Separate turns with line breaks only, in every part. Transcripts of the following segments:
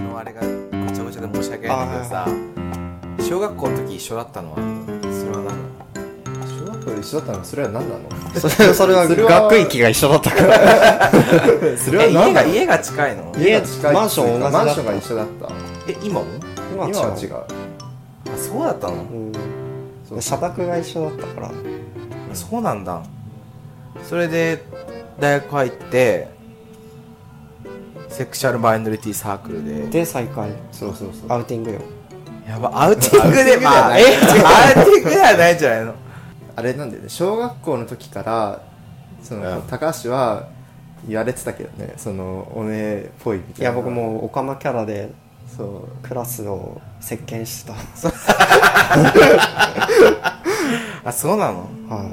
のあれがごちゃごちゃで申し訳ないんだけどさ、小学校の時一緒だったのはそれは何なの
小学校で一緒だったのそれは何なの
それそれは
それは
学域が一緒だったから
そ
え家が家が近いの
家が近い
マンション同じだった
マンションが一緒だった
え今も
今
今は違う
あそうだったの
う、、
そううん
社宅が一緒だったから
そうなんだそれで大学入ってセクシャルマイノリティサークルで
で再会
そうそうそう
アウティングよ
やばアウティング
アウティングで
で
は
まあ
ない
えアウティングではないんじゃないの
あれなんだよね小学校の時からその、
うん
高橋は言われてたけどねそのお姉っぽいみたいない
や僕もうオカマキャラで
そう
クラスを席巻してた
あそうなの
はい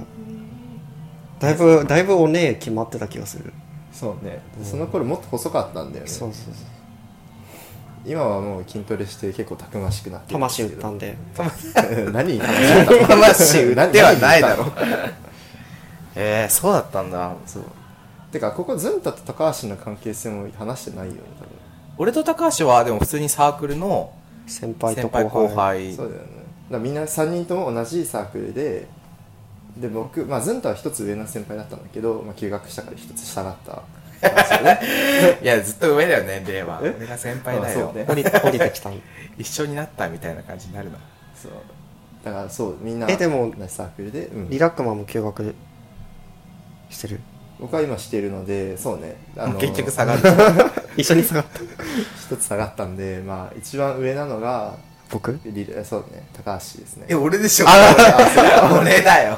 だいぶだいぶおねえ決まってた気がする
そうねでその頃もっと細かったんだよね
そうそうそう
今はもう筋トレして結構たくましくなってるんで
魂
すけ
売っ
ど
たんで
何に魂売ったの
魂売ってはないだろ
何に売ったの
えー、そうだったんだ
そうてかここズンタと高橋の関係性も話してないよね多分
俺と高橋はでも普通にサークルの
先輩と
先
後輩
輩後輩
そうだよねだからみんな3人とも同じサークルでで僕、まあ、ズンタは1つ上の先輩だったんだけど、まあ、休学したから1つ下だった
いやずっと上だよ年齢は
え
俺が先輩だ
あ
よ
そうね
降り降りてきたん
一緒になったみたいな感じになるの
そうだからそうみんな
えでも
同じサークルで、うん
リラックマも休学してる
僕は今してるのでそうねあ の
結局下がる
一緒に下がった
1つ下がったんで、まあ、一番上なのが
僕
リラそうね高橋ですね
え俺でしょ俺だよ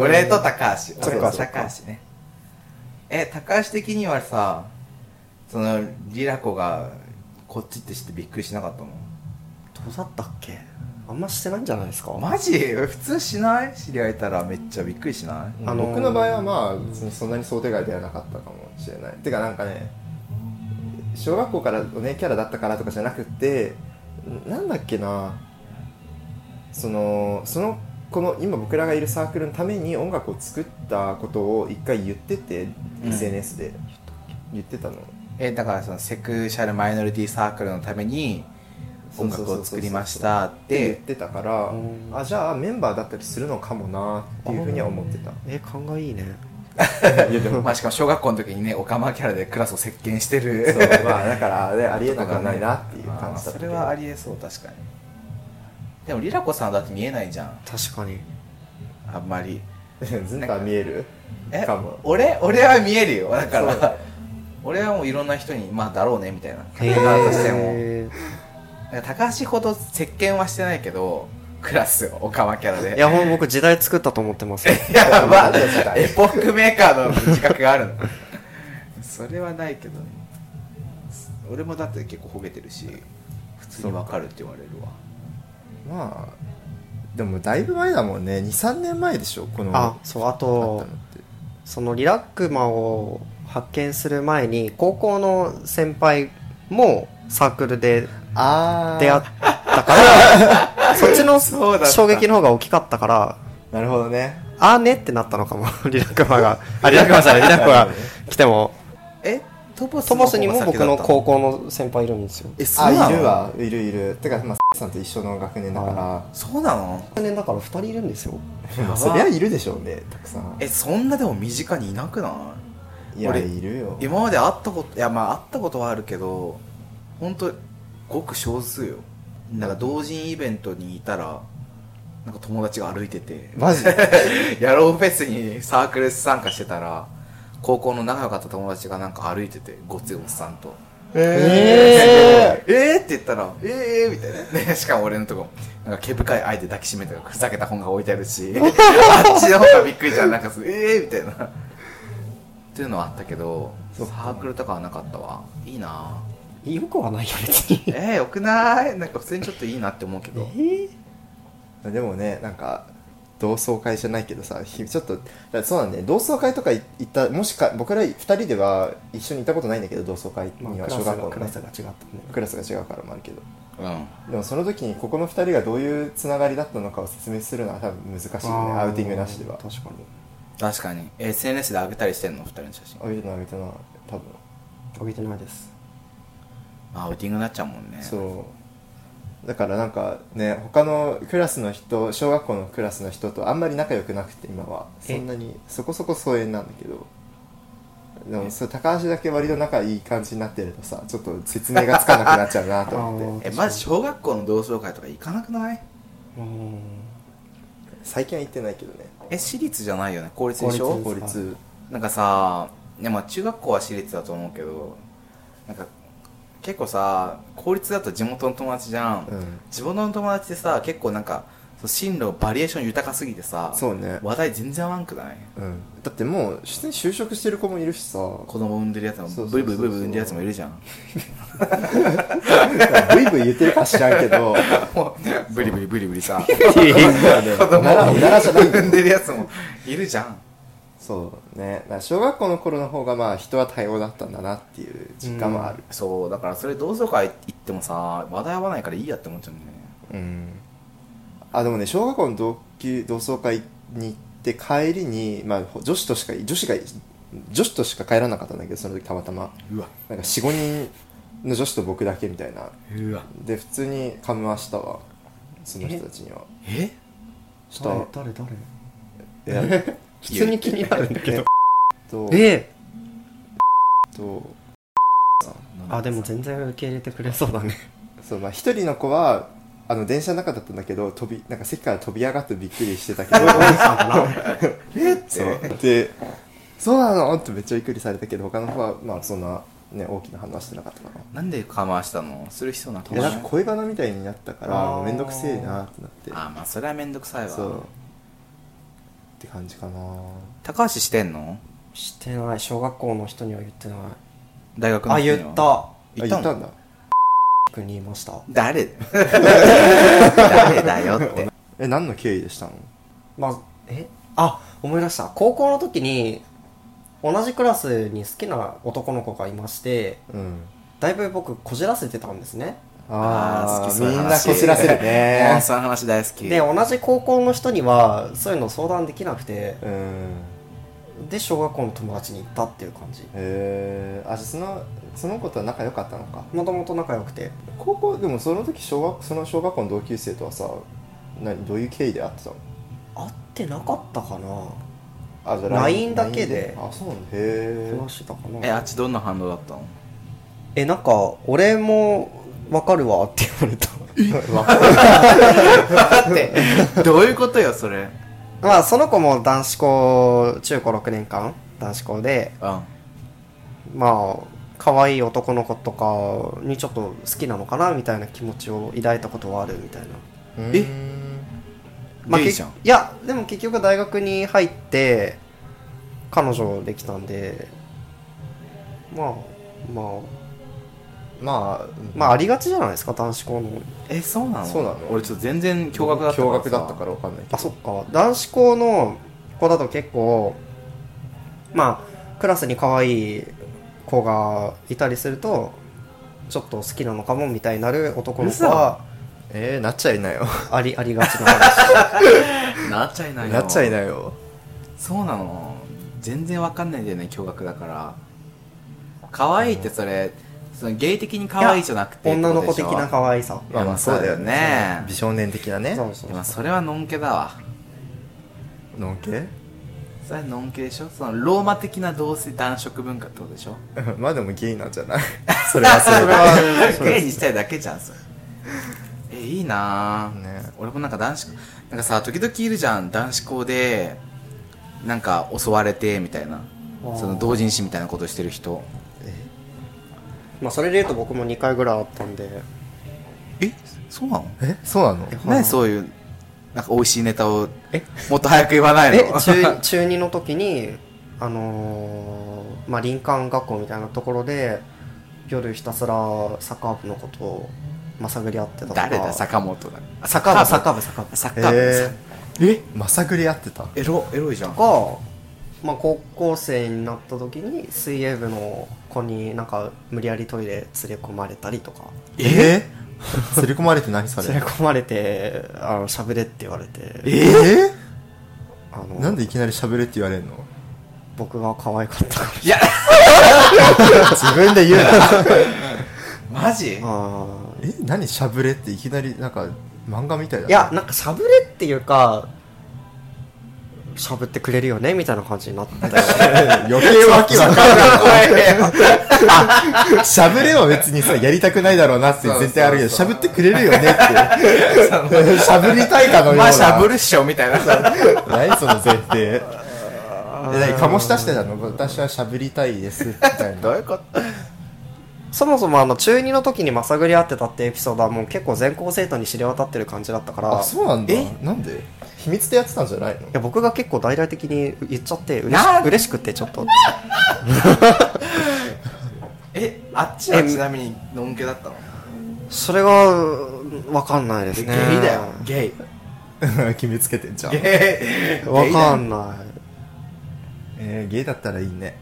俺と高橋
そっか
俺と
そっ
高橋ねえ高橋的にはさそのリラコがこっちって知ってびっくりしなかったの
どうだったっけあんましてないんじゃないですか
マジ普通しない知り合えたらめっちゃびっくりしない
あのー
僕の場合はまあ別にそんなに想定外ではなかったかもしれないてかなんかね小学校からお姉キャラだったからとかじゃなくってなんだっけなそのそのこの今僕らがいるサークルのために音楽を作ったことを一回言ってて、
うん
SNS で言ってたの
えだからそのセクシャルマイノリティサークルのために音楽を作りましたっ
って言っててたから
うん
あじゃあメンバーだったりするのかもなっていうふうには思って た
え勘がいいね
いやでも
まあしかも小学校の時にねオカマキャラでクラスを席巻してる
そう まあだからねありえなくはないなっていう感じだったけど
それはありえそう確かにでもリラコさんだって見えないじゃん
確かに
あんまり
ずんた見える
え
かも
俺俺は見えるよだか
そうだ
ら
ね
俺はもういろんな人にまあだろうねみたいな考え方としても
へ
だから高橋ほど席巻はしてないけどクラスをオカマキャラ
えい
で
やほん僕時代作ったと思ってますよ
いやまあ
なんだよそれ
エポックメーカーの自覚があるのそれはないけどね俺もだって結構ほげてるし普通にわかるって言われるわ
まあでもだいぶ前だもんね23年前でしょこの
あそうあ
あ
と
ったのって
そのリラックマを発見する前に高校の先輩もサークルで
あ
出会
あ
った からそっちの
そうだった
衝撃の方が大きかったから
なるほどね
あーねってなったのかもリラックマがあリラックマじゃないリラックマが来ても
えトボス
トモスにも
先
僕
だった
の高校の先輩いるんですよ
えそうな
あいる
の
わいるいるてかまあさんと一緒の学年だか
そうなの
学年だから2人いるんですよ
らまあそりゃいるでしょうねたくさん
えそんなでも身近にいなくない
や
俺
いるよ
い今まで会ったこといやまあ会ったことはあるけど本当ごく少数よなんか同人イベントにいたらなんか友達が歩いてて
マジ
ヤローフェスにサークル参加してたら高校の仲良かった友達がなんか歩いててごついおっさんと
え
えー、えーって言ったら、ええー、みたいな、ね。しかも俺のとこ、なんか毛深い相手抱きしめたらふざけた本が置いてあるし、あっちの方がびっくりじゃん。なんかすええー、みたいな。っていうのはあったけど、サ
そっか
ークルとかはなかったわ。いいなぁ
よくはないよ別に
えー、よくないなんか普通にちょっといいなって思うけど。
ーでもねなんか同窓会じゃないけどさひちょっとだからそうなんだよ同窓会とか行ったもしか僕ら2人では一緒に行ったことないんだけど同窓会
まあ
には
クラ
小
ス
学
が
校の
ク
ね
ラスが違ったんで
クラスが違うからもあるけど
うん。
でもその時にここの2人がどういうつながりだったのかを説明するのは多分難しいよね
あー
アウティングなしでは
確かに
確かに。SNS で上げたりしてんの二人の写真。
あげてないあげてない多分
あげてないです
まあアウティングになっちゃうもんね
そうだからなんかね他のクラスの人小学校のクラスの人とあんまり仲良くなくて今はそ
え
んなにそこそこ疎遠なんだけどでもそれ高橋だけ割と仲いい感じになってるとさちょっと説明がつかなくなっちゃうなと思って
えまず小学校の同窓会とか行かなくない
うん
最近は行ってないけどね
え私立じゃないよね公立でしょ
公立
なんかさいやまあ中学校は私立だと思うけどなんか結構さ公立だと地元の友達じゃん、
うん
地元の友達ってさ結構なんかそう進路バリエーション豊かすぎてさ
そうね
話題全然合わんくない
うんだってもう普通に就職してる子もいるしさ
子供産んでるやつも
そうそう
ブ
そう
イブイブイ
そう
ブイ産んでるやつもいるじゃん
ブイブイ言ってるか知らんけ ど
ブリブリブリブリ さ
奈良奈良じゃない
産んでるやつもいるじゃん
そうねだから小学校の頃の方がまあ人は多様だったんだなっていう実感もある
そうだからそれ同窓会行ってもさ話題合わないからいいやって思っちゃうんだよね
うん、あでもね小学校の同級同窓会に行って帰りに、まあ、女子としか女子が女子としか帰らなかったんだけどその時たまたま
うわ
なんか45人の女子と僕だけみたいな
うわ
で普通にかみましたわその人たちには
え
したら
誰誰
えっ
普通に気になるん だけど
とえっ
え
と
あでも全然受け入れてくれそうだ ね
そうまあ一人の子はあの電車の中だったんだけど飛びなんか席から飛び上がってびっくりしてた けど
えって
そうでそうなのってめっちゃびっくりされたけど他の子はまあそんなね大きな反応はしてなかったかな
なんでかましたのする必要なかった
いや
の
なんか恋バナみたいになったから
あー
もうめんどくせえなってなって
あまあそれはめんどくさいわ
そうって感じかな
高橋してんの
してない小学校の人には言ってない
大学の
あ
時には
言った
言
あ
った
言
の
ったんだ
君に言いました
誰だよ誰だよって
え何の経緯でしたの
まあえあ思い出した高校の時に同じクラスに好きな男の子がいまして
うん
だいぶ僕こじらせてたんですね
あー好
あ
き
あ
そう
み
いうん
な
話
こじらせる
もう
ね
その話大好き
で同じ高校の人にはそういうの相談できなくて
うん
で小学校の友達に行ったっていう感じ
えー、あじゃあそのその子とは仲良かったのか
もともと仲良くて
高校でもその時小学その小学校の同級生とはさ何どういう経緯で会ってたの
会ってなかったかな
あじゃあ
LINE だけで
LINE あそうなんだへ
話してたか
え
な
あっちどんな反応だったの
えなんか「俺もわかるわ」って言 われた
だ ってどういうことよそれ
まあその子も男子校中高6年間男子校で
うん
まあ可愛い男の子とかにちょっと好きなのかなみたいな気持ちを抱いたことはあるみたいな、
え
え
え
まあ、
ゲイ
け
じゃん
いやでも結局大学に入って彼女できたんでまあまあ
まあ
まあありがちじゃないですか男子校の
えそうなの
そうなの
俺ちょっと全然驚愕だったから
驚
さ
愕だったからわかんないけど
あそっか男子校の子だと結構まあクラスに可愛い子がいたりするとちょっと好きなのかもみたいになる男の子は
えー、なっちゃいなよ
ありありがちな 話
なっちゃいないよ
なっちゃいなよ
そうなの全然わかんないんだよね驚愕だから可愛いってそれその芸的に可愛いじゃなくて
女の子
って
的
ことでしょ
な可愛さ
まあまあそうだよね
美少年的なね
そうそう
でもそれはのんけだわ
のんけ
それはのんけでしょそのローマ的な同性男色文化ってことでしょ
まあでもゲイなんじゃないそれ はそれは
綺麗にしたいだけじゃんそれえいいなぁ、
ね
俺もなんか男子なんかさ時々いるじゃん男子校でなんか襲われてみたいな
あー
その同人誌みたいなことしてる人
まあそれで言うと僕も2回ぐらいあったんで
えそうなの
えそうなの
何そういうなんか美味しいネタを
え
もっと早く言わない
え
の
中中2の時にあのーまあ林間学校みたいなところで夜ひたすらサッカー部のことをまあ探り合ってたとか
誰だ坂本だあ
サッカー部サッカー部サッカー部
サッカー部
え
ええ
ー、まさぐり合ってた
エロエロいじゃん
が、まあ、高校生になった時に水泳部の子になんか無理やりトイレ連れ込まれたりとか
え ー、連れ込まれて何それ
連れ込まれてあのしゃべれって言われて
え
あの
ー、なんでいきなり喋れって言われるの
僕が可愛かったから
いや
自分で言うな
マジ
あ
え何しゃぶれっていきなりなんか漫画みたいだ
ー
ね
いやなんかしゃぶれっていうかしゃぶってくれるよねみたいな感じに なったよ
余計わけわかんない。しゃぶれは別にさ、やりたくないだろうなって絶対あるけど、し
そ
ゃ
う
ぶ
そうそう
ってくれるよねって。しゃぶりたいかのような。
まあしゃぶるっしょみたいなさ
何その前提。え、何かもし出してたの私はしゃぶりたいです、みたい
どう
な。
いうこと
そもそもあの中2の時にまさぐり合ってたってエピソードはもう結構全校生徒に知れ渡ってる感じだったから
あ、そうなんだ
えい。
なんで秘密でやってたんじゃない の
や僕が結構大々的に言っちゃって嬉し
なん
嬉しくてちょっと
えあっちは
え
ちなみにのんけだったの
それがわかんないです
ゲイ
ね
だよゲイ
決めつけてんじゃん。
ゲイ
わか
い
んない
えー、ゲイだったらいいね。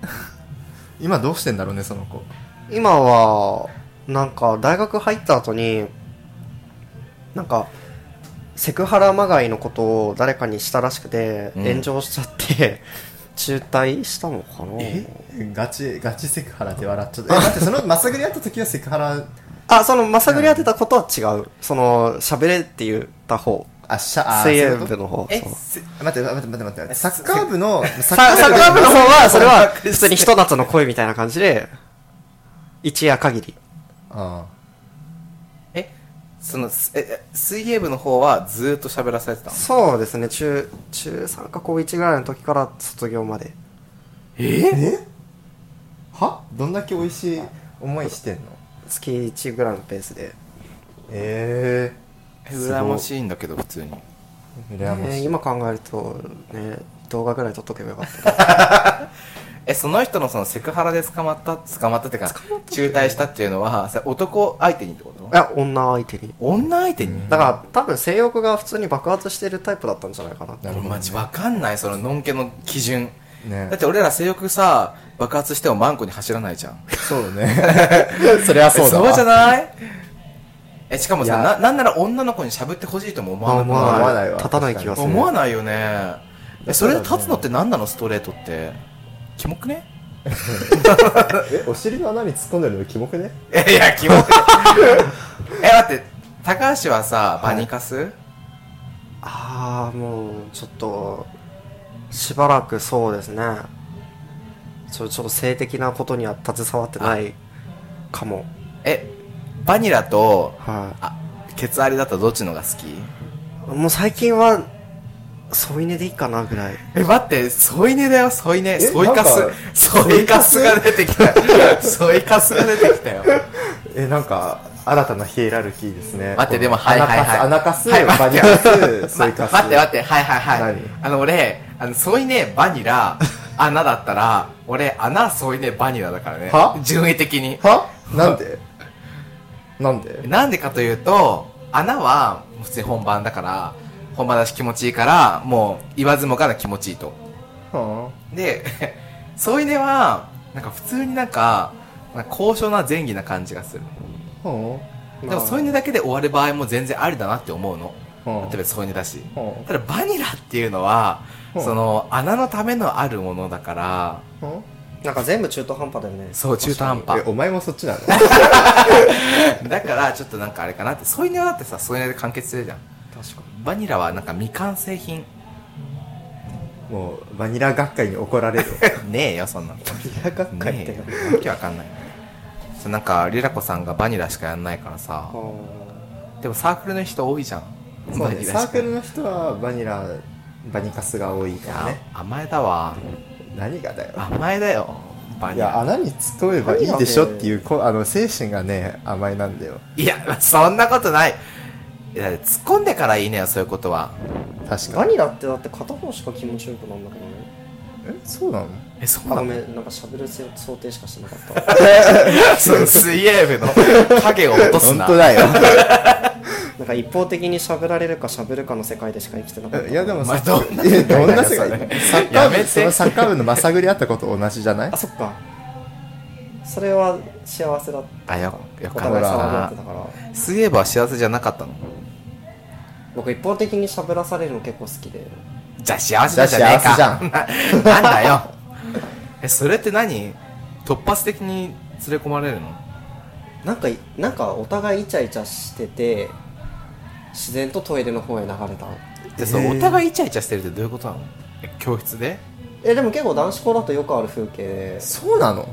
今どうしてんだろうね、その子。
今はなんか大学入った後になんかセクハラまがいのことを誰かにしたらしくて、
うん
炎上しちゃって中退したのかな
えガチ、ガチセクハラで笑っちゃった。え、待って、そのまさぐりやった時はセクハラ、
あそのまさぐり当てたことは違うその喋れって言った方
あ、しゃ、あ、
水泳
そういうこと
部の方
え
そう
せ
待って待って待って待ってサッカー部のサ
ササッカー部の方はそれは
サッカー部
普通にひと夏の恋みたいな感じで一夜限り
あ
えそのすええ水泳部の方はずーっと喋らされてたの
そうですね中中3か高1ぐらいの時から卒業まで
ええはどんだけ美味しい思いしてんの
月1ぐらいのペースで
え
え羨ましいんだけど普通に
え羨ま
ね
しい、
今考えるとね動画ぐらい撮っとけばよかったな
えその人のそのセクハラで捕まった捕まったってか中退したっていうのはそれ男相手にってこと
いや女相手に
女相手に
だから多分性欲が普通に爆発してるタイプだったんじゃないかなって
なる
俺
ほど
マジわかんないそののんけの基準
ね
だって俺ら性欲さ爆発してもマンコに走らないじゃん
そうね そりゃそうだわ
えじゃ ないえしかもさ
いや
ななんなら女の子にしゃぶってほしいとも思わ
まあ
な
思わないわ
立たない気が
い
する
思わないよねえそれで立つのっ
そうだ
て何なのストレートってキモくね
え お尻の穴に突っ込んでるのキモくね
えいやキモ くねえ待って高橋はさバニカス、
ああもうちょっとしばらくそうですねちょちょっと性的なことには携わってないかも
えバニラと
は
あケツアリだったらどっちのが好き
いもう最近は添い寝でいいかなぐらい
え、待って、添い寝だよ、添い寝。
え
添いカス
なんか。
添いカスが出てきたよ。添いカスが出てきたよ。
えなんか新たなヒエラルキーですね
待って、でも、はい
穴
はい
かす
はい。
穴
はい 待
かすバ
って
ニラスソイカス
待って待って、はいはいはい
何。
あの、俺、あの、添い寝、バニラ、穴だったら、俺、穴、添い寝、バニラだからね
は。
順位的に。
はなんでなんで
なんでかというと、穴は、普通に本番だから、本番だし気持ちいいから、もう、言わずもがな気持ちいいと。
は
で、 添い寝は、なんか普通になんか、なんか高尚な前儀な感じがする。
あは
でも添い寝だけで終わる場合も全然ありだなって思うの。
あはあ
例えば添い寝だし。
は
ただバニラっていうのは、
うん
その穴のためのあるものだから、
あは
なんか全部中途半端だよね
そう中途半
あえ
端。
お前もそっちなの
だからちょっとなんかあれかなって、添い寝はだってさ、添い寝で完結するじゃん。
確か
バニラはなんか未完成 品。
もうバニラ学会に怒られる
ねえよ、そんなの。
バニラ学
ねえよ。わけわかんない。そうなんか、リラコさんがバニラしかやんないからさ、でもサークルの人多いじゃん。
そう
バニ
ね
ラし
サ
か
ークルの人はバニラバニカスが多いから
あ
ね
甘えだわ。
何がだよ
甘えだよ。バ
い
ニ
や
ラ。
穴に突っ込めばいいでしょっていうこあの精神がね甘えなんだよ
いや、そんなことない。いや、突っ込んでからいいねよ、そういうことは。
確
バ
かに
ニラってだって片方しか気持ちよくなんだけどね
えそうなの
え、そ
あ
う
ご
な の
めんなんかしゃべる想定しかしてなかった
その水泳部の影を落とす
本
な。
当だよ
なんか一方的にしゃべられるかしゃべるかの世界でしか生きてなかった
いやでも
お前
さ
どんな
えどんな世
世界だよそれ
界サッカ
や
ー
め
部
て
そのサッカー部の まさぐりあったこと同じじゃない
あそっかそれは幸せだった
あ、よ、よ
お
か
互
っ
い騒ぎ合ったてた
な。
から
水泳部は幸せじゃなかったの
僕一方的にしゃべらされるの結構好きで
じゃあ幸せだじゃねえか。
じゃあ
なんだよ。え、それって何突発的に連れ込まれるの
なんかなんかお互いイチャイチャしてて自然とトイレの方へ流れた
でそのお互いイチャイチャしてるってどういうことなのえ教室で
えでも結構男子校だとよくある風景で、
そうなの
は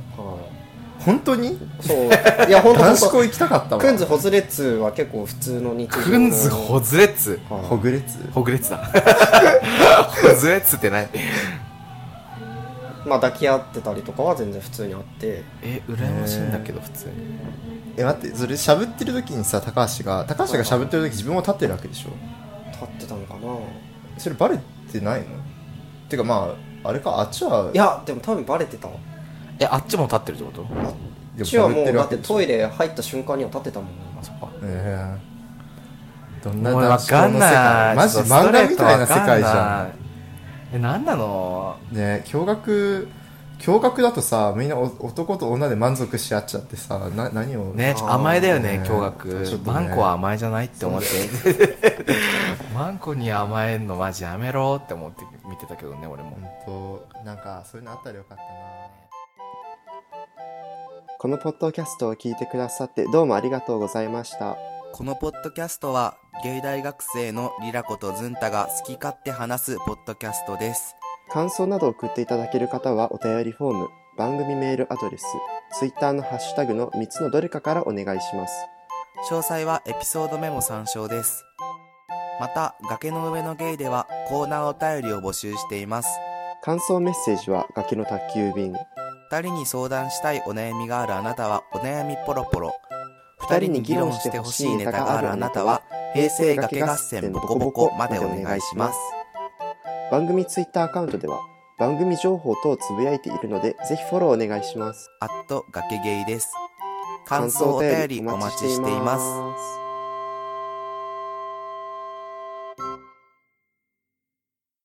本当に
い、そういや本当
男子校行きたかったわ
クンズホズレッツは結構普通の日常
クンズホズレッツ
はい
ほぐれつ
ほぐれつだほずれつってない
まあ抱き合ってたりとかは全然普通にあって
え羨ましいんだけど普通に
え待ってそれしゃぶってる時にさ高橋が高橋がしゃぶってる時自分は立ってるわけでしょ
立ってたのかな
それバレてないのてかまああれかあっちはい
やでも多分バレてたわ
えあっちも立ってるってこと
う
で
ちはもう
しゃぶ
だっ
わけ
て
でしょ
トイレ入った瞬間には立ってたもん
あそっか
ええどん
お
な
前わ
男子校
か
の
ん
世
な
界
い
マジ漫画みたいな世界じゃ
んえ何なの
んねえ驚愕驚愕だとさみんなお男と女で満足し合っちゃってさな何を
ね
あー
甘えだよね
ね
驚愕、
ちょっとね
マンコは甘えじゃないって思ってマンコに甘えんのマジやめろって思って見てたけどね俺も、
本当なんかそういうのあったらよかったな
このポッドキャストを聞いてくださってどうもありがとうございました
このポッドキャストは、芸大学生のリラコとズンタが好き勝手話すポッドキャストです。
感想などを送っていただける方はお便りフォーム、番組メールアドレス、ツイッターのハッシュタグの3つのどれかからお願いします。
詳細はエピソードメモ参照です。また、崖の上のゲイではコーナーお便りを募集しています。
感想メッセージは崖の宅急便。
二人に相談したいお悩みがあるあなたはお悩みポロポロ。
二人に議論してほしいネタがあるあなたは、
平成崖合戦ボコボコまでお願いします。
番組ツイッターアカウントでは番組情報等をつぶやいているので、ぜひフォローお願いします。
あっと崖ゲイです。感想お便りお待ちしています。
す。